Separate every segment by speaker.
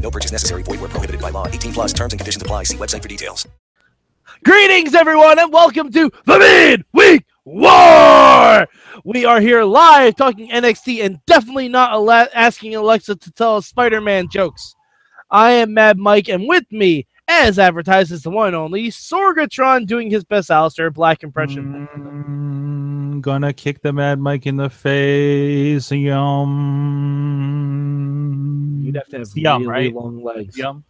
Speaker 1: No purchase necessary. Void where prohibited by law. 18 plus terms and conditions apply. See website for details.
Speaker 2: Greetings, everyone, and welcome to the Midweek War. We are here live talking NXT and definitely not ala- asking Alexa to tell us Spider Man jokes. I am Mad Mike, and with me, as advertised, is the one and only Sorgatron doing his best Alistair Black impression.
Speaker 3: Mm, gonna kick the Mad Mike in the face. Yum.
Speaker 4: You'd have to have
Speaker 3: It's yum,
Speaker 4: really
Speaker 3: right?
Speaker 4: long legs.
Speaker 3: Yum.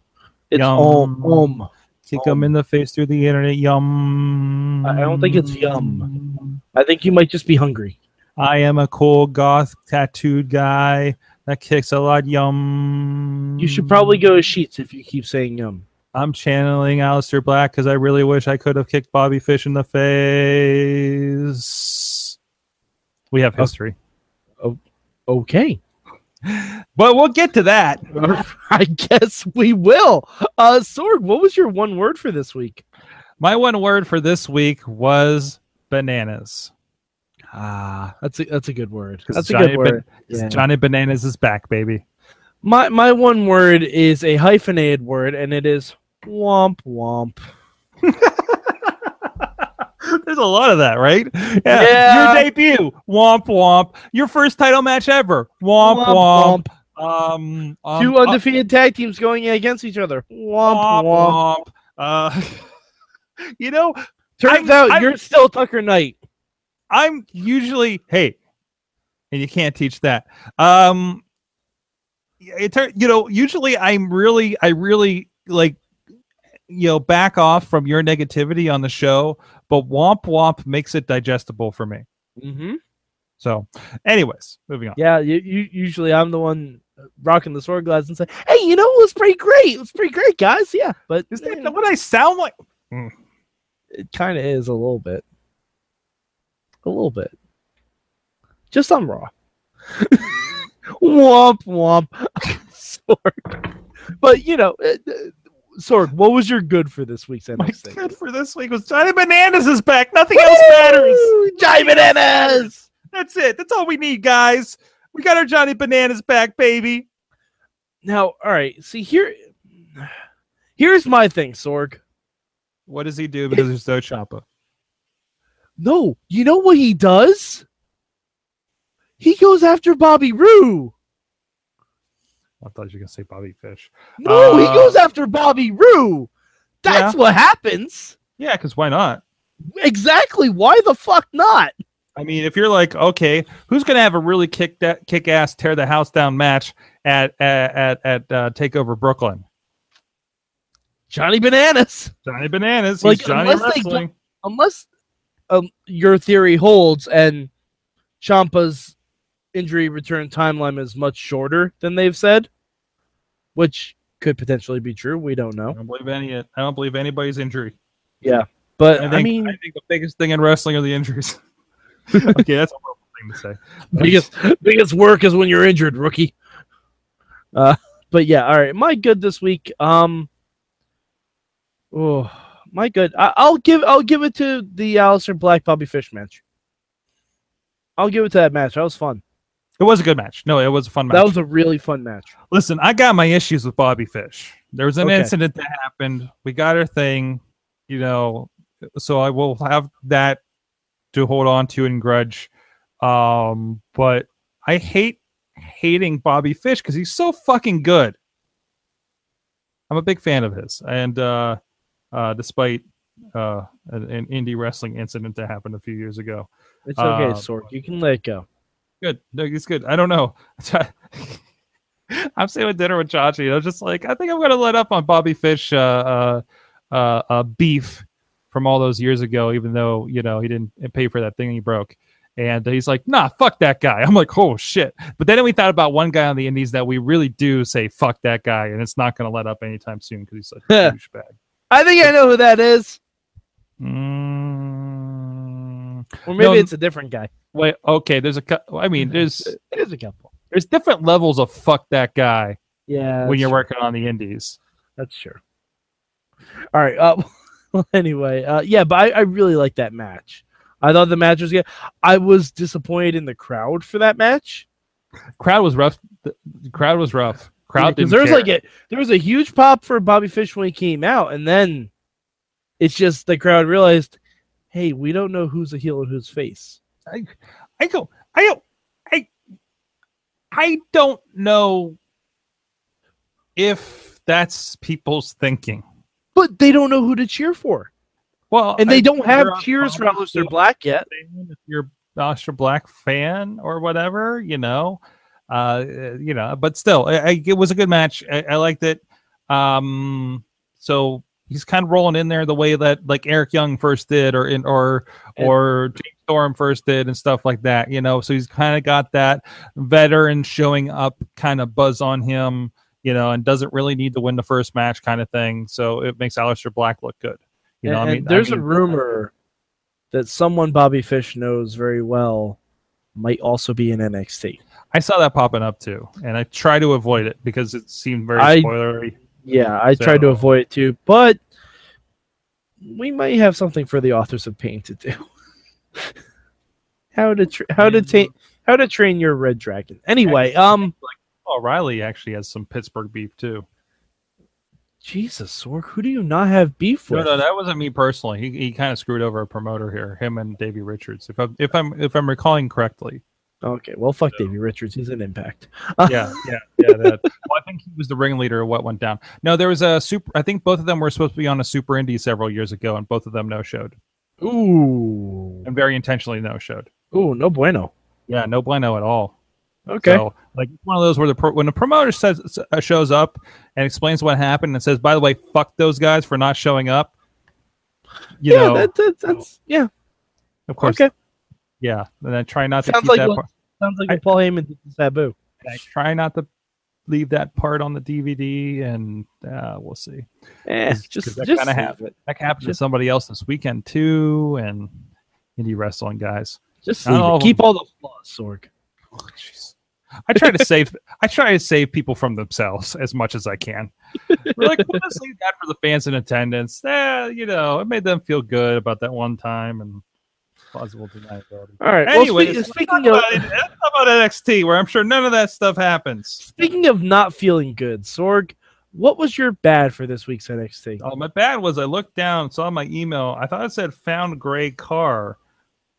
Speaker 2: It's
Speaker 3: Yum.
Speaker 2: om, om.
Speaker 3: Kick him in the face through the internet. Yum.
Speaker 2: I- I don't think it's yum. I think you might just be hungry.
Speaker 3: I am a cool goth tattooed guy that kicks a lot. Yum.
Speaker 2: You should probably go to Sheets if you keep saying yum.
Speaker 3: I'm channeling Alistair Black because I really wish I could have kicked Bobby Fish in the face. We have history,
Speaker 2: Okay.
Speaker 3: but we'll get to that.
Speaker 2: I guess we will. Uh Sorg, what was your one word for this week?
Speaker 3: My one word for this week was bananas.
Speaker 2: Ah, that's a that's a good word.
Speaker 3: 'Cause
Speaker 2: That's a
Speaker 3: Johnny
Speaker 2: good word.
Speaker 4: Yeah.
Speaker 3: Johnny Bananas is back, baby.
Speaker 2: My my one word is a hyphenated word, and it is womp womp.
Speaker 3: There's a lot of that, right?
Speaker 2: Yeah.
Speaker 3: Your debut, womp womp. Your first title match ever, womp womp. Um, um,
Speaker 2: Two
Speaker 3: uh,
Speaker 2: undefeated tag teams going against each other. Womp womp.
Speaker 3: womp womp. Uh, you know,
Speaker 2: Turns
Speaker 3: I'm-
Speaker 2: out
Speaker 3: I'm-
Speaker 2: you're still Tucker Knight.
Speaker 3: I'm usually hey, and you can't teach that. Um, it tur- you know usually I'm really I really like you know back off from your negativity on the show, but womp womp makes it digestible for me.
Speaker 2: Mm-hmm.
Speaker 3: So, anyways, moving on.
Speaker 2: Yeah, you, you usually I'm the one rocking the sword glass and say, "Hey, you know it was pretty great. It was pretty great, guys." Yeah, but
Speaker 3: Is
Speaker 2: eh,
Speaker 3: that what I sound like?
Speaker 2: it kind of is a little bit a little bit just on raw womp womp sorg but you know eh, eh, sorg what was your good for this week's
Speaker 3: My
Speaker 2: NXT?
Speaker 3: good for this week was Johnny Bananas is back. Nothing else matters.
Speaker 2: Woo! Johnny bananas
Speaker 3: That's it. That's all we need, guys. We got our Johnny Bananas back, baby.
Speaker 2: now all right see here here's my thing sorg
Speaker 3: What does he do? Because there's no Choppa.
Speaker 2: no you know what he does he goes after bobby Roode.
Speaker 3: I thought you were gonna say Bobby Fish.
Speaker 2: no he
Speaker 3: Uh,
Speaker 2: goes after bobby Roode. that's what happens
Speaker 3: Yeah, because why not?
Speaker 2: Exactly. Why the fuck not?
Speaker 3: I mean, if you're like, okay, who's gonna have a really kick that kick ass tear the house down match at at at, at uh, Takeover Brooklyn?
Speaker 2: Johnny Bananas.
Speaker 3: Johnny Bananas,
Speaker 2: Like,
Speaker 3: he's Johnny
Speaker 2: unless they
Speaker 3: Wrestling.
Speaker 2: Unless um, your theory holds and Champa's injury return timeline is much shorter than they've said, which could potentially be true. We don't
Speaker 3: I
Speaker 2: know.
Speaker 3: don't believe any. I don't believe anybody's injury.
Speaker 2: But
Speaker 3: I
Speaker 2: I,
Speaker 3: think,
Speaker 2: mean,
Speaker 3: I think the biggest thing in wrestling are the injuries. okay, that's a horrible thing to say.
Speaker 2: biggest biggest work is when you're injured, rookie. Uh, but yeah, all right. My good this week. Um, oh, my good. I, I'll give I'll give it to the Alistair Black Bobby Fish match. I'll give it to that match. That was fun.
Speaker 3: It was a good match. No, it was a fun match.
Speaker 2: That was a really fun match.
Speaker 3: Listen, I got my issues with Bobby Fish. There was an
Speaker 2: Okay.
Speaker 3: incident that happened. We got our thing, you know. So I will have that to hold on to and grudge. Um, but I hate hating Bobby Fish because he's so fucking good. I'm a big fan of his, and uh, uh, despite uh, an, an indie wrestling incident that happened a few years ago,
Speaker 2: It's okay,
Speaker 3: Uh,
Speaker 2: Sorg. You can let it go.
Speaker 3: good. No, he's good. I don't know. I'm sitting with dinner with Chachi. and I was just like, I think I'm gonna let up on Bobby Fish uh, uh, uh, uh, beef from all those years ago, even though you know he didn't pay for that thing he broke. And he's like, Nah, fuck that guy. I'm like, Oh shit. But then we thought about one guy on the Indies that we really do say fuck that guy, and it's not gonna let up anytime soon because he's such a douchebag.
Speaker 2: I think I know who that is.
Speaker 3: Mm,
Speaker 2: Or maybe
Speaker 3: No,
Speaker 2: it's a different guy.
Speaker 3: wait, okay. There's a. cou- I mean, there's
Speaker 2: There's a couple.
Speaker 3: there's different levels of fuck that guy
Speaker 2: Yeah.
Speaker 3: when you're working on the indies.
Speaker 2: That's true. All right. Uh, well, anyway, uh, yeah, but I, I really like that match. I thought the match was good. I was disappointed in the crowd for that match.
Speaker 3: Crowd was rough. The the crowd was rough. Crowd
Speaker 2: Yeah,
Speaker 3: didn't.
Speaker 2: 'cause there was
Speaker 3: care.
Speaker 2: like a there was a huge pop for Bobby Fish when he came out, and then it's just the crowd realized, hey, we don't know who's a heel and who's face.
Speaker 3: I go. I don't. I. I don't know if that's people's thinking.
Speaker 2: But they don't know who to cheer for,
Speaker 3: Well,
Speaker 2: and they
Speaker 3: I-
Speaker 2: don't have
Speaker 3: you're a
Speaker 2: cheers for
Speaker 3: Bobby
Speaker 2: Aleister
Speaker 3: Fish
Speaker 2: Black yet.
Speaker 3: fan, If you're an Aleister Black fan or whatever, you know, uh, you know. But still, I, I, it was a good match. I, I liked it. Um, so he's kind of rolling in there the way that like Eric Young first did, or in or
Speaker 2: And-
Speaker 3: or James Storm first did, and stuff like that. You know, so he's kind of got that veteran showing up kind of buzz on him. You know, and doesn't really need to win the first match kind of thing. So it makes Aleister Black look good. You know,
Speaker 2: and,
Speaker 3: I
Speaker 2: and
Speaker 3: mean, I
Speaker 2: there's
Speaker 3: mean-
Speaker 2: a rumor that someone Bobby Fish knows very well might also be in NXT.
Speaker 3: I saw that popping up too, and I try to avoid it because it seemed very
Speaker 2: I-
Speaker 3: spoilery.
Speaker 2: Yeah, I tried to
Speaker 3: So-
Speaker 2: avoid it too, but we might have something for the authors of pain to do. how to tra- how to
Speaker 3: Yeah.
Speaker 2: ta- how to train your red dragon. Anyway, um,
Speaker 3: O'Reilly Oh, actually has some Pittsburgh beef too.
Speaker 2: Jesus, Sork, who do you not have beef
Speaker 3: No,
Speaker 2: with?
Speaker 3: no, that wasn't me personally. He, he kind of screwed over a promoter here, him and Davey Richards, if I'm if I'm if I'm recalling correctly.
Speaker 2: Okay, well, fuck Davey Richards. He's an impact.
Speaker 3: Yeah, yeah, yeah. That. Well, I think he was the ringleader of what went down. No, there was a super. I think both of them were supposed to be on a super indie several years ago, and both of them no showed,
Speaker 2: Ooh,
Speaker 3: and very intentionally no showed.
Speaker 2: ooh, no bueno.
Speaker 3: Yeah, no bueno at all.
Speaker 2: Okay,
Speaker 3: So, like it's one of those where the pro- when the promoter says uh, shows up and explains what happened and says, "By the way, fuck those guys for not showing up." You
Speaker 2: yeah,
Speaker 3: know,
Speaker 2: that, that, that's yeah.
Speaker 3: of course,
Speaker 2: Okay,
Speaker 3: yeah. And I try not to
Speaker 2: Sounds
Speaker 3: keep
Speaker 2: like
Speaker 3: that
Speaker 2: what-
Speaker 3: part.
Speaker 2: sounds like what Paul Heyman did to Sabu.
Speaker 3: I try not to leave that part on the DVD, and uh, we'll see.
Speaker 2: Eh,
Speaker 3: 'Cause- 'cause
Speaker 2: just
Speaker 3: that
Speaker 2: just
Speaker 3: kinda hap-
Speaker 2: leave it.
Speaker 3: That happened to
Speaker 2: Just-
Speaker 3: somebody else this weekend too, and indie wrestling guys.
Speaker 2: Just
Speaker 3: Not
Speaker 2: leave
Speaker 3: all
Speaker 2: it.
Speaker 3: of
Speaker 2: keep all the flaws, Sorg.
Speaker 3: Oh, jeez. I try to save. I try to save people from themselves as much as I can. We're like, we'll just leave that for the fans in attendance. Eh, you know, it made them feel good about that one time and plausible deniability.
Speaker 2: All right.
Speaker 3: Anyway,
Speaker 2: well, spe-
Speaker 3: speaking
Speaker 2: speaking of.
Speaker 3: about, let's talk about NXT, where I'm sure none of that stuff happens.
Speaker 2: Speaking of not feeling good, Sorg, what was your bad for this week's NXT?
Speaker 3: Oh, my bad was I looked down, saw my email. I thought it said "found gray car,"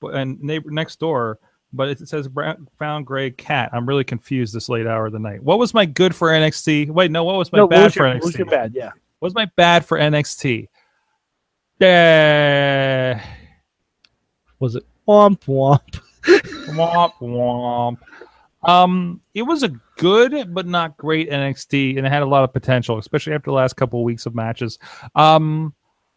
Speaker 3: but and neighbor next door, but it says brown, "found gray cat." I'm really confused this late hour of the night. What was my good for NXT? Wait, no, what was my
Speaker 2: No,
Speaker 3: bad
Speaker 2: what was
Speaker 3: for
Speaker 2: your,
Speaker 3: NXT?
Speaker 2: what was your bad? Yeah.
Speaker 3: What was my bad for NXT? Eh,
Speaker 2: Was it womp womp?
Speaker 3: womp womp. Um, it was a good but not great NXT, and it had a lot of potential, especially after the last couple of weeks of matches. Um,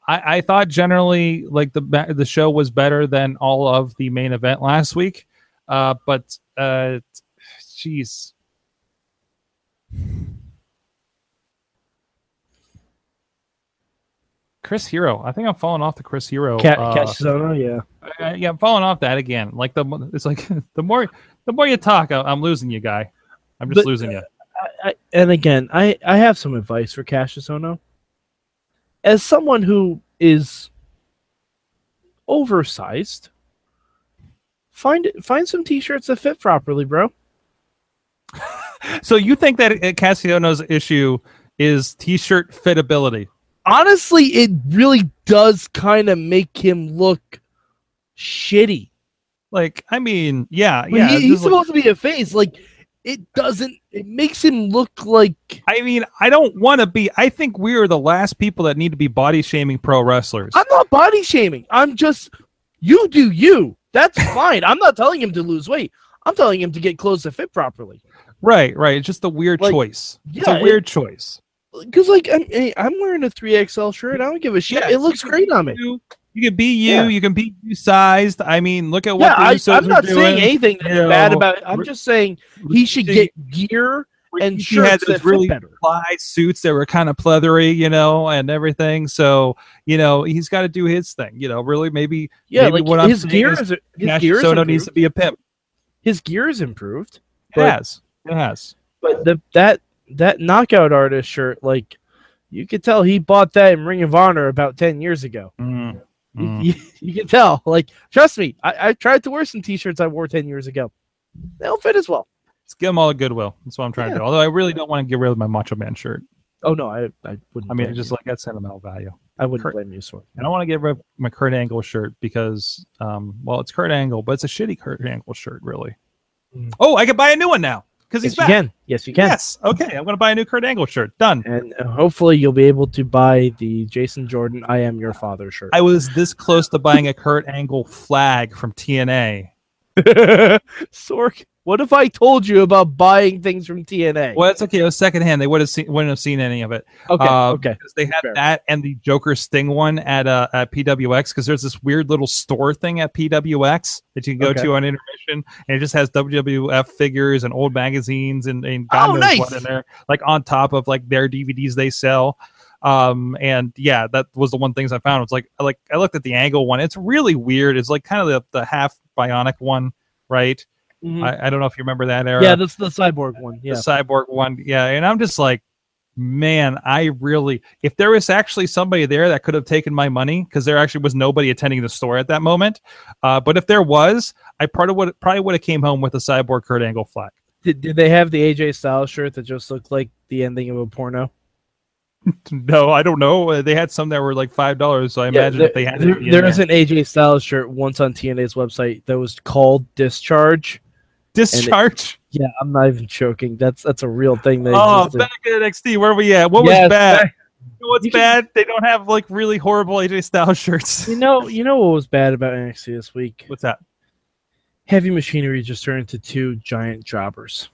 Speaker 3: I, I thought generally like the ma- the show was better than all of the main event last week, uh, but uh, jeez, Chris Hero. I think I'm falling off the Chris Hero.
Speaker 2: Cat,
Speaker 3: uh,
Speaker 2: catch zone, yeah.
Speaker 3: I, Uh, yeah, I'm falling off that again. Like the mo- it's like the more the more you talk, I, I'm losing you, guy. I'm just
Speaker 2: But-
Speaker 3: losing you.
Speaker 2: I, I, and again, I, I have some advice for Cassius Ohno. As someone who is oversized, find find some t-shirts that fit properly, bro.
Speaker 3: So you think that uh, Cassiano's issue is t-shirt fitability?
Speaker 2: honestly, it really does kind of make him look shitty.
Speaker 3: Like, I mean, yeah,
Speaker 2: But
Speaker 3: yeah.
Speaker 2: he-
Speaker 3: it's
Speaker 2: he's
Speaker 3: just like-
Speaker 2: supposed to be a face. Like it doesn't. It makes him look like.
Speaker 3: I mean, I don't want to be. I think we are the last people that need to be body shaming pro wrestlers.
Speaker 2: I'm not body shaming. I'm just. You do you. That's fine. I'm not telling him to lose weight. I'm telling him to get clothes that fit properly.
Speaker 3: right, right. It's just a weird
Speaker 2: Like,
Speaker 3: choice. it's
Speaker 2: yeah,
Speaker 3: a
Speaker 2: it-
Speaker 3: weird choice.
Speaker 2: Because like I'm, I- I'm wearing a three XL shirt. I don't give a shit.
Speaker 3: Yeah,
Speaker 2: it looks
Speaker 3: you-
Speaker 2: great on me.
Speaker 3: You, you can be you.
Speaker 2: Yeah.
Speaker 3: You can be you sized. I mean, look at
Speaker 2: Yeah,
Speaker 3: what
Speaker 2: I,
Speaker 3: the Usos
Speaker 2: I'm
Speaker 3: are
Speaker 2: not
Speaker 3: doing.
Speaker 2: saying anything that's
Speaker 3: you
Speaker 2: bad
Speaker 3: know,
Speaker 2: about it. I'm
Speaker 3: re-
Speaker 2: just saying he should
Speaker 3: re-
Speaker 2: get gear and
Speaker 3: she had
Speaker 2: shirts
Speaker 3: those
Speaker 2: that fit
Speaker 3: really
Speaker 2: better.
Speaker 3: fly suits that were kind of pleathery, you know, and everything. So, you know, he's got to do his thing, you know, really maybe
Speaker 2: Yeah,
Speaker 3: maybe
Speaker 2: like
Speaker 3: what I'm
Speaker 2: his
Speaker 3: saying
Speaker 2: gear
Speaker 3: is
Speaker 2: is his
Speaker 3: Nash
Speaker 2: gear is
Speaker 3: Soto needs
Speaker 2: improved.
Speaker 3: to be a pimp.
Speaker 2: His gear is improved,
Speaker 3: It
Speaker 2: But-
Speaker 3: has. It has.
Speaker 2: but the that that knockout artist shirt, like you could tell he bought that in Ring of Honor about ten years ago.
Speaker 3: Mm.
Speaker 2: You-
Speaker 3: Mm.
Speaker 2: You, you can tell. Like, trust me, I, I tried to wear some t-shirts I wore ten years ago. They don't fit as well.
Speaker 3: Just give him all the goodwill. That's what I'm trying
Speaker 2: Yeah.
Speaker 3: to do. Although I really don't want to get rid of my Macho Man shirt.
Speaker 2: Oh no, I I wouldn't.
Speaker 3: I mean,
Speaker 2: blame
Speaker 3: just
Speaker 2: you.
Speaker 3: like that sentimental value.
Speaker 2: I wouldn't
Speaker 3: Kurt-
Speaker 2: blame you, Sword.
Speaker 3: And I want to get rid of my Kurt Angle shirt because, um, well, it's Kurt Angle, but it's a shitty Kurt Angle shirt, really.
Speaker 2: Mm.
Speaker 3: Oh, I could buy a new one now because he's
Speaker 2: Yes, you
Speaker 3: back.
Speaker 2: can. Yes, you can.
Speaker 3: Yes. Okay. I'm going to buy a new Kurt Angle shirt. Done.
Speaker 2: And uh, hopefully, you'll be able to buy the Jason Jordan "I Am Your Father" shirt.
Speaker 3: I was this close to buying a Kurt Angle flag from TNA.
Speaker 2: Sork, what if I told you about buying things from TNA?
Speaker 3: Well, it's okay. It was secondhand. They would have seen, wouldn't have seen any of it.
Speaker 2: Okay,
Speaker 3: uh,
Speaker 2: okay.
Speaker 3: Because they had
Speaker 2: Fair.
Speaker 3: that and the Joker Sting one at uh, at PWX. Because there's this weird little store thing at PWX that you can go
Speaker 2: Okay.
Speaker 3: to on intermission, and it just has WWF figures and old magazines and, and God
Speaker 2: Oh,
Speaker 3: knows
Speaker 2: nice.
Speaker 3: what in there, like on top of like their DVDs they sell. Um and yeah, that was the one things I found. It's like like I looked at the angle one. It's really weird. It's like kind of the, the half bionic one, right?
Speaker 2: Mhm.
Speaker 3: I, I don't know if you remember that era
Speaker 2: yeah, that's the cyborg one. Yeah,
Speaker 3: the cyborg one. Yeah, and I'm just like, man, I really if there was actually somebody there that could have taken my money because there actually was nobody attending the store at that moment. Uh, but if there was, I part of would probably would have came home with a cyborg Kurt Angle flag.
Speaker 2: did, did they have the AJ Styles shirt that just looked like the ending of a porno?
Speaker 3: No, I don't know. Uh, They had some that were like five dollars, so I imagine
Speaker 2: there,
Speaker 3: if they had
Speaker 2: there,
Speaker 3: it in
Speaker 2: there
Speaker 3: there.
Speaker 2: is an AJ Styles shirt once on TNA's website that was called Discharge.
Speaker 3: discharge.
Speaker 2: Yeah, I'm not even joking. That's that's a real thing. That
Speaker 3: Oh,
Speaker 2: existed.
Speaker 3: back at NXT, where we at? What
Speaker 2: uh, Yes,
Speaker 3: was bad?
Speaker 2: back-
Speaker 3: You know What's
Speaker 2: You can-
Speaker 3: bad? They don't have like really horrible AJ style shirts.
Speaker 2: You know, you know what was bad about NXT this week?
Speaker 3: What's that?
Speaker 2: Heavy machinery just turned into two giant jobbers.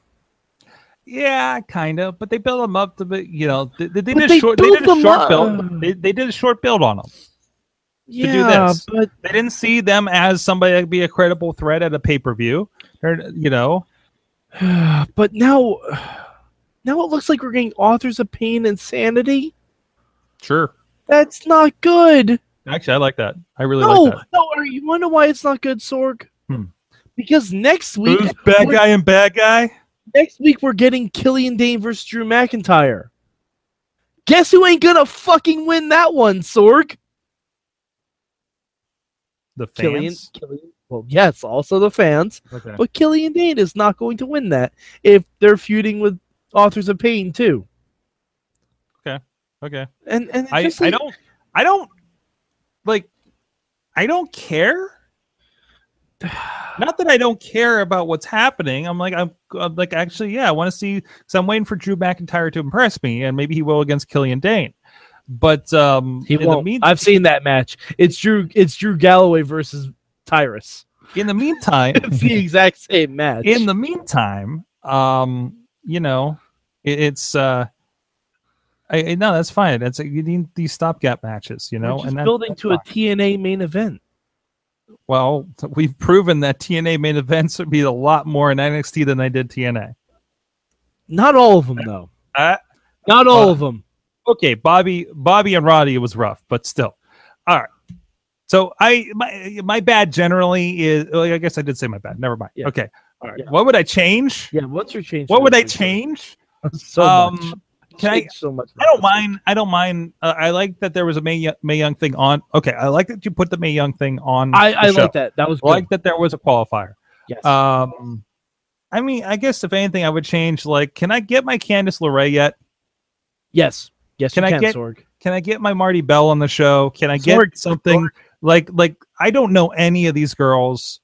Speaker 3: Yeah, kind of, but they built them up to be, you know, they, they did
Speaker 2: But
Speaker 3: a
Speaker 2: they
Speaker 3: short, they did a
Speaker 2: built 'em
Speaker 3: short
Speaker 2: up.
Speaker 3: build. They, they did a short build on them. do
Speaker 2: Yeah,
Speaker 3: this.
Speaker 2: but
Speaker 3: They didn't see them as somebody that'd be a credible threat at a pay per view, or you know,
Speaker 2: but now, now it looks like we're getting authors of pain and sanity.
Speaker 3: sure.
Speaker 2: That's not good.
Speaker 3: Actually, I like that. I really
Speaker 2: no,
Speaker 3: like that.
Speaker 2: no. Are you wonder why it's not good, Sorg?
Speaker 3: Hmm.
Speaker 2: Because next week,
Speaker 3: Who's bad
Speaker 2: we're-
Speaker 3: guy and bad guy?
Speaker 2: next week we're getting Killian Dane versus Drew McIntyre. Guess who ain't gonna fucking win that one, Sorg?
Speaker 3: The
Speaker 2: Killian,
Speaker 3: fans.
Speaker 2: Killian. Well, yes, also the fans.
Speaker 3: Okay.
Speaker 2: But Killian Dane is not going to win that if they're feuding with Authors of Pain too.
Speaker 3: Okay.
Speaker 2: And and it's
Speaker 3: I,
Speaker 2: just
Speaker 3: I
Speaker 2: like-
Speaker 3: don't I don't like I don't care. Not that I don't care about what's happening. I'm like I'm, I'm like actually yeah I want to see because I'm waiting for Drew McIntyre to impress me and maybe he will against Killian Dane. But um,
Speaker 2: He
Speaker 3: in
Speaker 2: won't.
Speaker 3: the mean,
Speaker 2: I've seen that match. It's Drew. It's Drew Galloway versus Tyrus.
Speaker 3: in the meantime,
Speaker 2: It's the exact same match.
Speaker 3: in the meantime, um, you know, it, it's uh, I, I- no, that's fine. That's you need these stopgap matches, you
Speaker 2: We're
Speaker 3: know,
Speaker 2: just
Speaker 3: and that's-
Speaker 2: building
Speaker 3: that's
Speaker 2: to a
Speaker 3: fine.
Speaker 2: TNA main event.
Speaker 3: Well, t- we've proven that TNA main events would be a lot more in NXT than they did TNA.
Speaker 2: Not all of them though.
Speaker 3: Uh,
Speaker 2: Not all
Speaker 3: uh,
Speaker 2: of them.
Speaker 3: okay, Bobby, Bobby and Roddy was rough, but still, all right. So I my my bad generally is well, I guess I did say my bad. Never mind.
Speaker 2: Yeah.
Speaker 3: Okay, all right.
Speaker 2: Yeah.
Speaker 3: What would I change?
Speaker 2: Yeah. What's your change?
Speaker 3: What
Speaker 2: for
Speaker 3: would I
Speaker 2: this week,
Speaker 3: change?
Speaker 2: Jordan? So much.
Speaker 3: Um, can I-
Speaker 2: Change so much.
Speaker 3: I don't mind. I don't mind. Uh, I like that there was a May, Yo- May Young thing on. Okay, I like that you put the May Young thing on.
Speaker 2: I,
Speaker 3: the
Speaker 2: I
Speaker 3: show.
Speaker 2: like that. That was
Speaker 3: I
Speaker 2: good.
Speaker 3: like that there was a qualifier.
Speaker 2: yes.
Speaker 3: Um, I mean, I guess if anything, I would change. Like, can I get my Candice LeRae yet?
Speaker 2: yes. Yes.
Speaker 3: can
Speaker 2: you
Speaker 3: I
Speaker 2: can,
Speaker 3: get-
Speaker 2: Sorg.
Speaker 3: Can I get my Marty Bell on the show? Can I get
Speaker 2: Sorg,
Speaker 3: something like like I don't know any of these girls,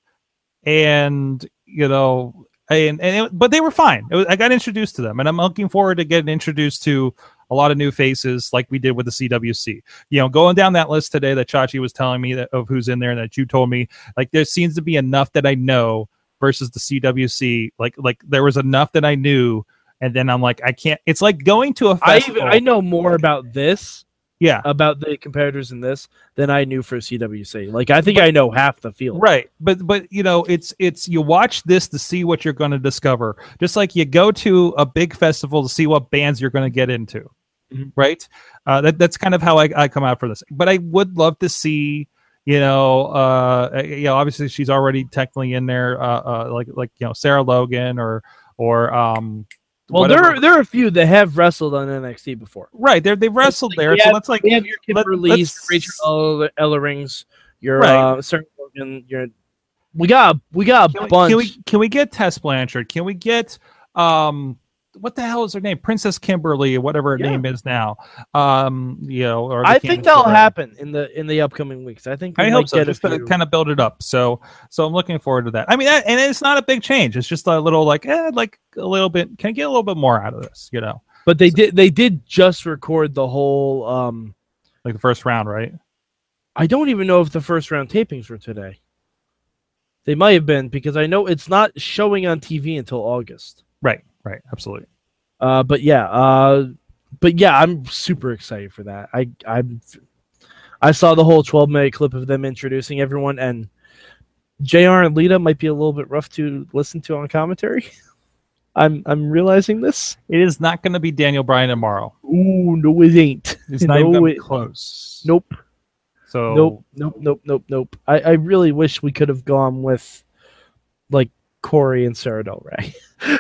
Speaker 3: and you know, and and it, but they were fine. It was, I got introduced to them, and I'm looking forward to getting introduced to a lot of new faces, like we did with the CWC. You know, going down that list today that Chachi was telling me that, of who's in there, and that you told me, like there seems to be enough that I know versus the CWC. Like like there was enough that I knew. And then I'm like, I can't. It's like going to a
Speaker 2: I
Speaker 3: festival.
Speaker 2: even, I know more about this
Speaker 3: Yeah.
Speaker 2: about the comparators in this than I knew for CWC. Like I think I know half the field.
Speaker 3: Right. But but you know, it's it's you watch this to see what you're going to discover. Just like you go to a big festival to see what bands you're going to get into.
Speaker 2: Mhm.
Speaker 3: Right? Uh that, that's kind of how I, I come out for this. But I would love to see you know, uh, uh, you know, obviously she's already technically in there, uh, uh, like like you know Sarah Logan or or um,
Speaker 2: Well, there
Speaker 3: whatever.
Speaker 2: are, there are a few that have wrestled on NXT before.
Speaker 3: right there they wrestled
Speaker 2: like
Speaker 3: there,
Speaker 2: we
Speaker 3: so that's like
Speaker 2: We have your
Speaker 3: Let-
Speaker 2: Kimberly's,
Speaker 3: let's-
Speaker 2: Rachel Eller- Ellerings, your
Speaker 3: Right.
Speaker 2: uh, Sarah Morgan, your. We got we got a
Speaker 3: Can we,
Speaker 2: bunch.
Speaker 3: can we can we get Tess Blanchard? Can we get um what the hell is her name? Princess Kimberly, whatever her
Speaker 2: Yeah.
Speaker 3: name is now. Um, you know, or the
Speaker 2: I think
Speaker 3: Candice
Speaker 2: that'll
Speaker 3: LeRae.
Speaker 2: happen in the in the upcoming weeks. I think we
Speaker 3: I
Speaker 2: might
Speaker 3: hope so.
Speaker 2: get a
Speaker 3: Just to
Speaker 2: few.
Speaker 3: kind of build it up. So, so I'm looking forward to that. I mean, that, and it's not a big change. It's just a little like, eh, I'd like a little bit. Can I get a little bit more out of this? You know,
Speaker 2: but they did they did just record the whole. um
Speaker 3: like the first round, right?
Speaker 2: I don't even know if the first round tapings were today. They might have been because I know it's not showing on TV until August.
Speaker 3: Right, right, absolutely.
Speaker 2: Uh, but yeah, uh, but yeah, I'm super excited for that. I I'm I saw the whole 12 minute clip of them introducing everyone, and Jr. and Lita might be a little bit rough to listen to on commentary. I'm I'm realizing this.
Speaker 3: It is not going to be Daniel Bryan tomorrow.
Speaker 2: Ooh, no, it ain't.
Speaker 3: It's not even
Speaker 2: No,
Speaker 3: gonna be
Speaker 2: it-
Speaker 3: close.
Speaker 2: Nope.
Speaker 3: So
Speaker 2: Nope, nope, nope, nope, nope. I, I really wish we could have gone with like Corey and Sarah Del Rey.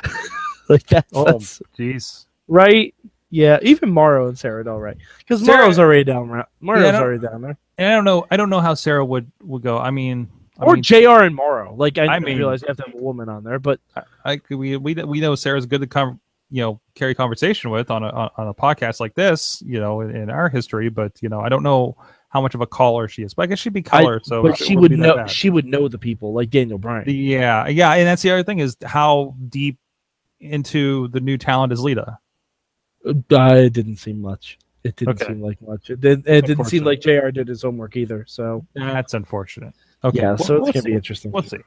Speaker 2: like that's,
Speaker 3: Oh.
Speaker 2: that's
Speaker 3: Jeez.
Speaker 2: right. Yeah, even Morrow and Sarah Del Rey. Because
Speaker 3: Sarah-
Speaker 2: Morrow's already down ra- Morrow's
Speaker 3: Yeah, I don't-
Speaker 2: already down there.
Speaker 3: And I don't know. I don't know how Sarah would would go. I mean, I
Speaker 2: Or
Speaker 3: mean,
Speaker 2: JR and Morrow. Like I,
Speaker 3: I
Speaker 2: didn't
Speaker 3: mean-
Speaker 2: realize you have to have a woman on there, but
Speaker 3: I we we we know Sarah's good to come, you know, carry conversation with on a on, on a podcast like this, you know, in, in our history. But you know, I don't know how much of a caller she is, but I guess she'd be caller. so
Speaker 2: but
Speaker 3: it
Speaker 2: she
Speaker 3: wouldn't
Speaker 2: would
Speaker 3: be that
Speaker 2: know
Speaker 3: bad.
Speaker 2: she would know the people like Daniel Bryan.
Speaker 3: yeah, yeah, and that's the other thing is how deep into the new talent is Lita.
Speaker 2: Uh, it didn't seem much. It didn't
Speaker 3: Okay.
Speaker 2: seem like much. It, did, it didn't seem
Speaker 3: Unfortunately.
Speaker 2: like JR did his homework either. So
Speaker 3: That's unfortunate. Okay,
Speaker 2: yeah,
Speaker 3: well,
Speaker 2: so it's
Speaker 3: we'll
Speaker 2: gonna
Speaker 3: see.
Speaker 2: be interesting.
Speaker 3: We'll see.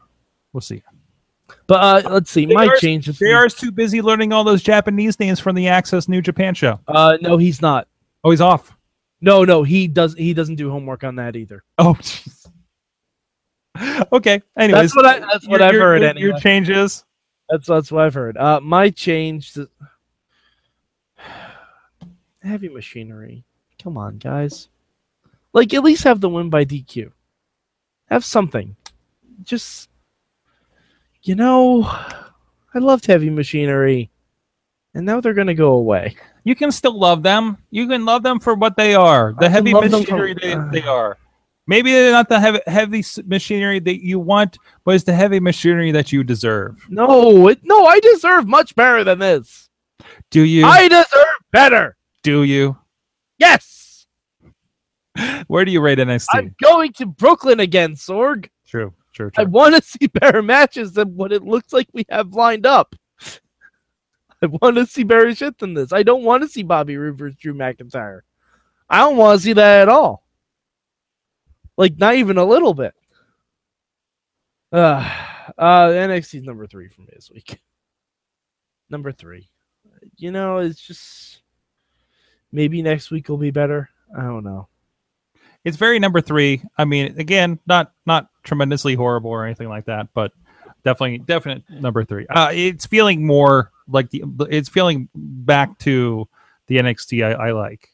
Speaker 3: We'll see. Hmm.
Speaker 2: But uh, let's see.
Speaker 3: They
Speaker 2: My
Speaker 3: are-
Speaker 2: change is
Speaker 3: JR is too busy learning all those Japanese names from the Access New Japan show.
Speaker 2: Uh, no, he's not.
Speaker 3: Oh, he's off.
Speaker 2: No, no, he does. He doesn't do homework on that either.
Speaker 3: Oh, jeez. okay. Anyways,
Speaker 2: that's what I. That's what
Speaker 3: your-
Speaker 2: I've
Speaker 3: your-
Speaker 2: heard.
Speaker 3: Your,
Speaker 2: anyway.
Speaker 3: your change is
Speaker 2: that's that's what I've heard. Uh, my change. To... Heavy machinery. Come on, guys. Like at least have the win by DQ. Have something. Just. You know, I loved heavy machinery, and now they're gonna go away.
Speaker 3: you can still love them. You can love them for what they are, the
Speaker 2: I can
Speaker 3: heavy
Speaker 2: love them for-
Speaker 3: machinery they, they are. Maybe they're not the heavy, heavy s- machinery that you want, but it's the heavy machinery that you deserve.
Speaker 2: No, it, no, I deserve much better than this.
Speaker 3: Do you?
Speaker 2: I deserve better.
Speaker 3: do you?
Speaker 2: Yes,
Speaker 3: Where do you rate NXT?
Speaker 2: I'm going to Brooklyn again, Sorg.
Speaker 3: true, true,
Speaker 2: I
Speaker 3: true.
Speaker 2: want to see better matches than what it looks like we have lined up. I want to see better shit than this. I don't want to see Bobby Roode versus Drew McIntyre. I don't want to see that at all. Like not even a little bit. Uh, uh NXT's number three for me this week. Number three. You know, it's just maybe next week will be better. I don't know.
Speaker 3: it's very number three. I mean, again, not not tremendously horrible or anything like that, but definitely definite number three. Uh, it's feeling more like the it's feeling back to the NXT I, I like.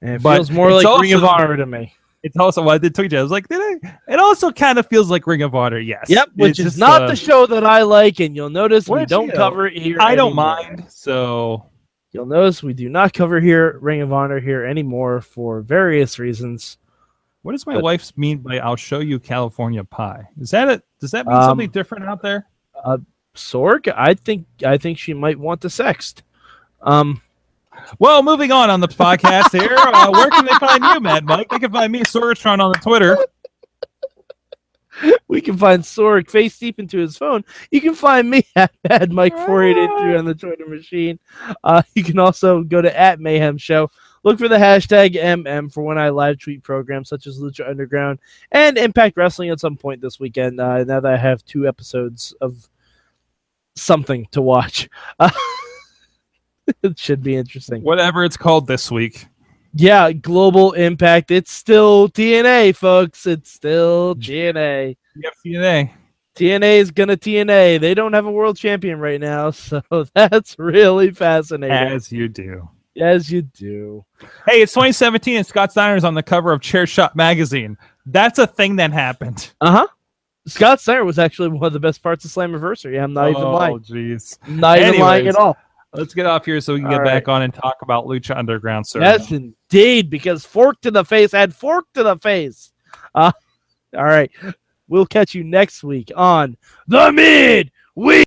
Speaker 2: And it
Speaker 3: But
Speaker 2: feels more
Speaker 3: it's
Speaker 2: like Ring of
Speaker 3: also-
Speaker 2: Honor to me.
Speaker 3: It's also why I did tweet you. I was like, did I? It also kind of feels like Ring of Honor. Yes.
Speaker 2: Yep,
Speaker 3: It's
Speaker 2: which is
Speaker 3: just,
Speaker 2: not
Speaker 3: uh,
Speaker 2: the show that I like, and you'll notice we
Speaker 3: Which,
Speaker 2: don't
Speaker 3: you know,
Speaker 2: cover it here.
Speaker 3: I don't
Speaker 2: anymore.
Speaker 3: mind. So
Speaker 2: You'll notice we do not cover here Ring of Honor here anymore for various reasons.
Speaker 3: what does my
Speaker 2: But-
Speaker 3: wife's mean by "I'll show you California pie"? Is that it? Does that mean
Speaker 2: Um,
Speaker 3: something different out there?
Speaker 2: Sorg, I think I think she might want the sext. Um,
Speaker 3: Well, moving on on the podcast here. Uh, where can they find you, Mad Mike? They can find me Sorgatron on the Twitter.
Speaker 2: we can find Sorg face deep into his phone. You can find me at Mad Mike four eight eight three on the Twitter machine. Uh, you can also go to at Mayhem Show. Look for the hashtag MM for when I live tweet programs such as Lucha Underground and Impact Wrestling at some point this weekend. Uh, now that I have two episodes of something to watch, uh, it should be interesting.
Speaker 3: whatever it's called this week.
Speaker 2: yeah, global impact. It's still TNA, folks. It's still TNA.
Speaker 3: Yep, TNA.
Speaker 2: TNA is gonna TNA. They don't have a world champion right now, so that's really fascinating. As,
Speaker 3: As you do.
Speaker 2: you do.
Speaker 3: Hey, it's 2017 and Scott Steiner's on the cover of Chair Shot magazine. That's a thing that happened.
Speaker 2: Uh huh. Scott Steiner was actually one of the best parts of Slammiversary. I'm not even
Speaker 3: oh,
Speaker 2: lying.
Speaker 3: jeez.
Speaker 2: Not even lying
Speaker 3: Anyways.
Speaker 2: at all.
Speaker 3: Let's get off here so we can
Speaker 2: All
Speaker 3: get back on and talk about Lucha Underground, sir.
Speaker 2: Yes, indeed, because fork to the face had fork to the face. Uh, all right. We'll catch you next week on the mid week.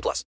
Speaker 5: plus.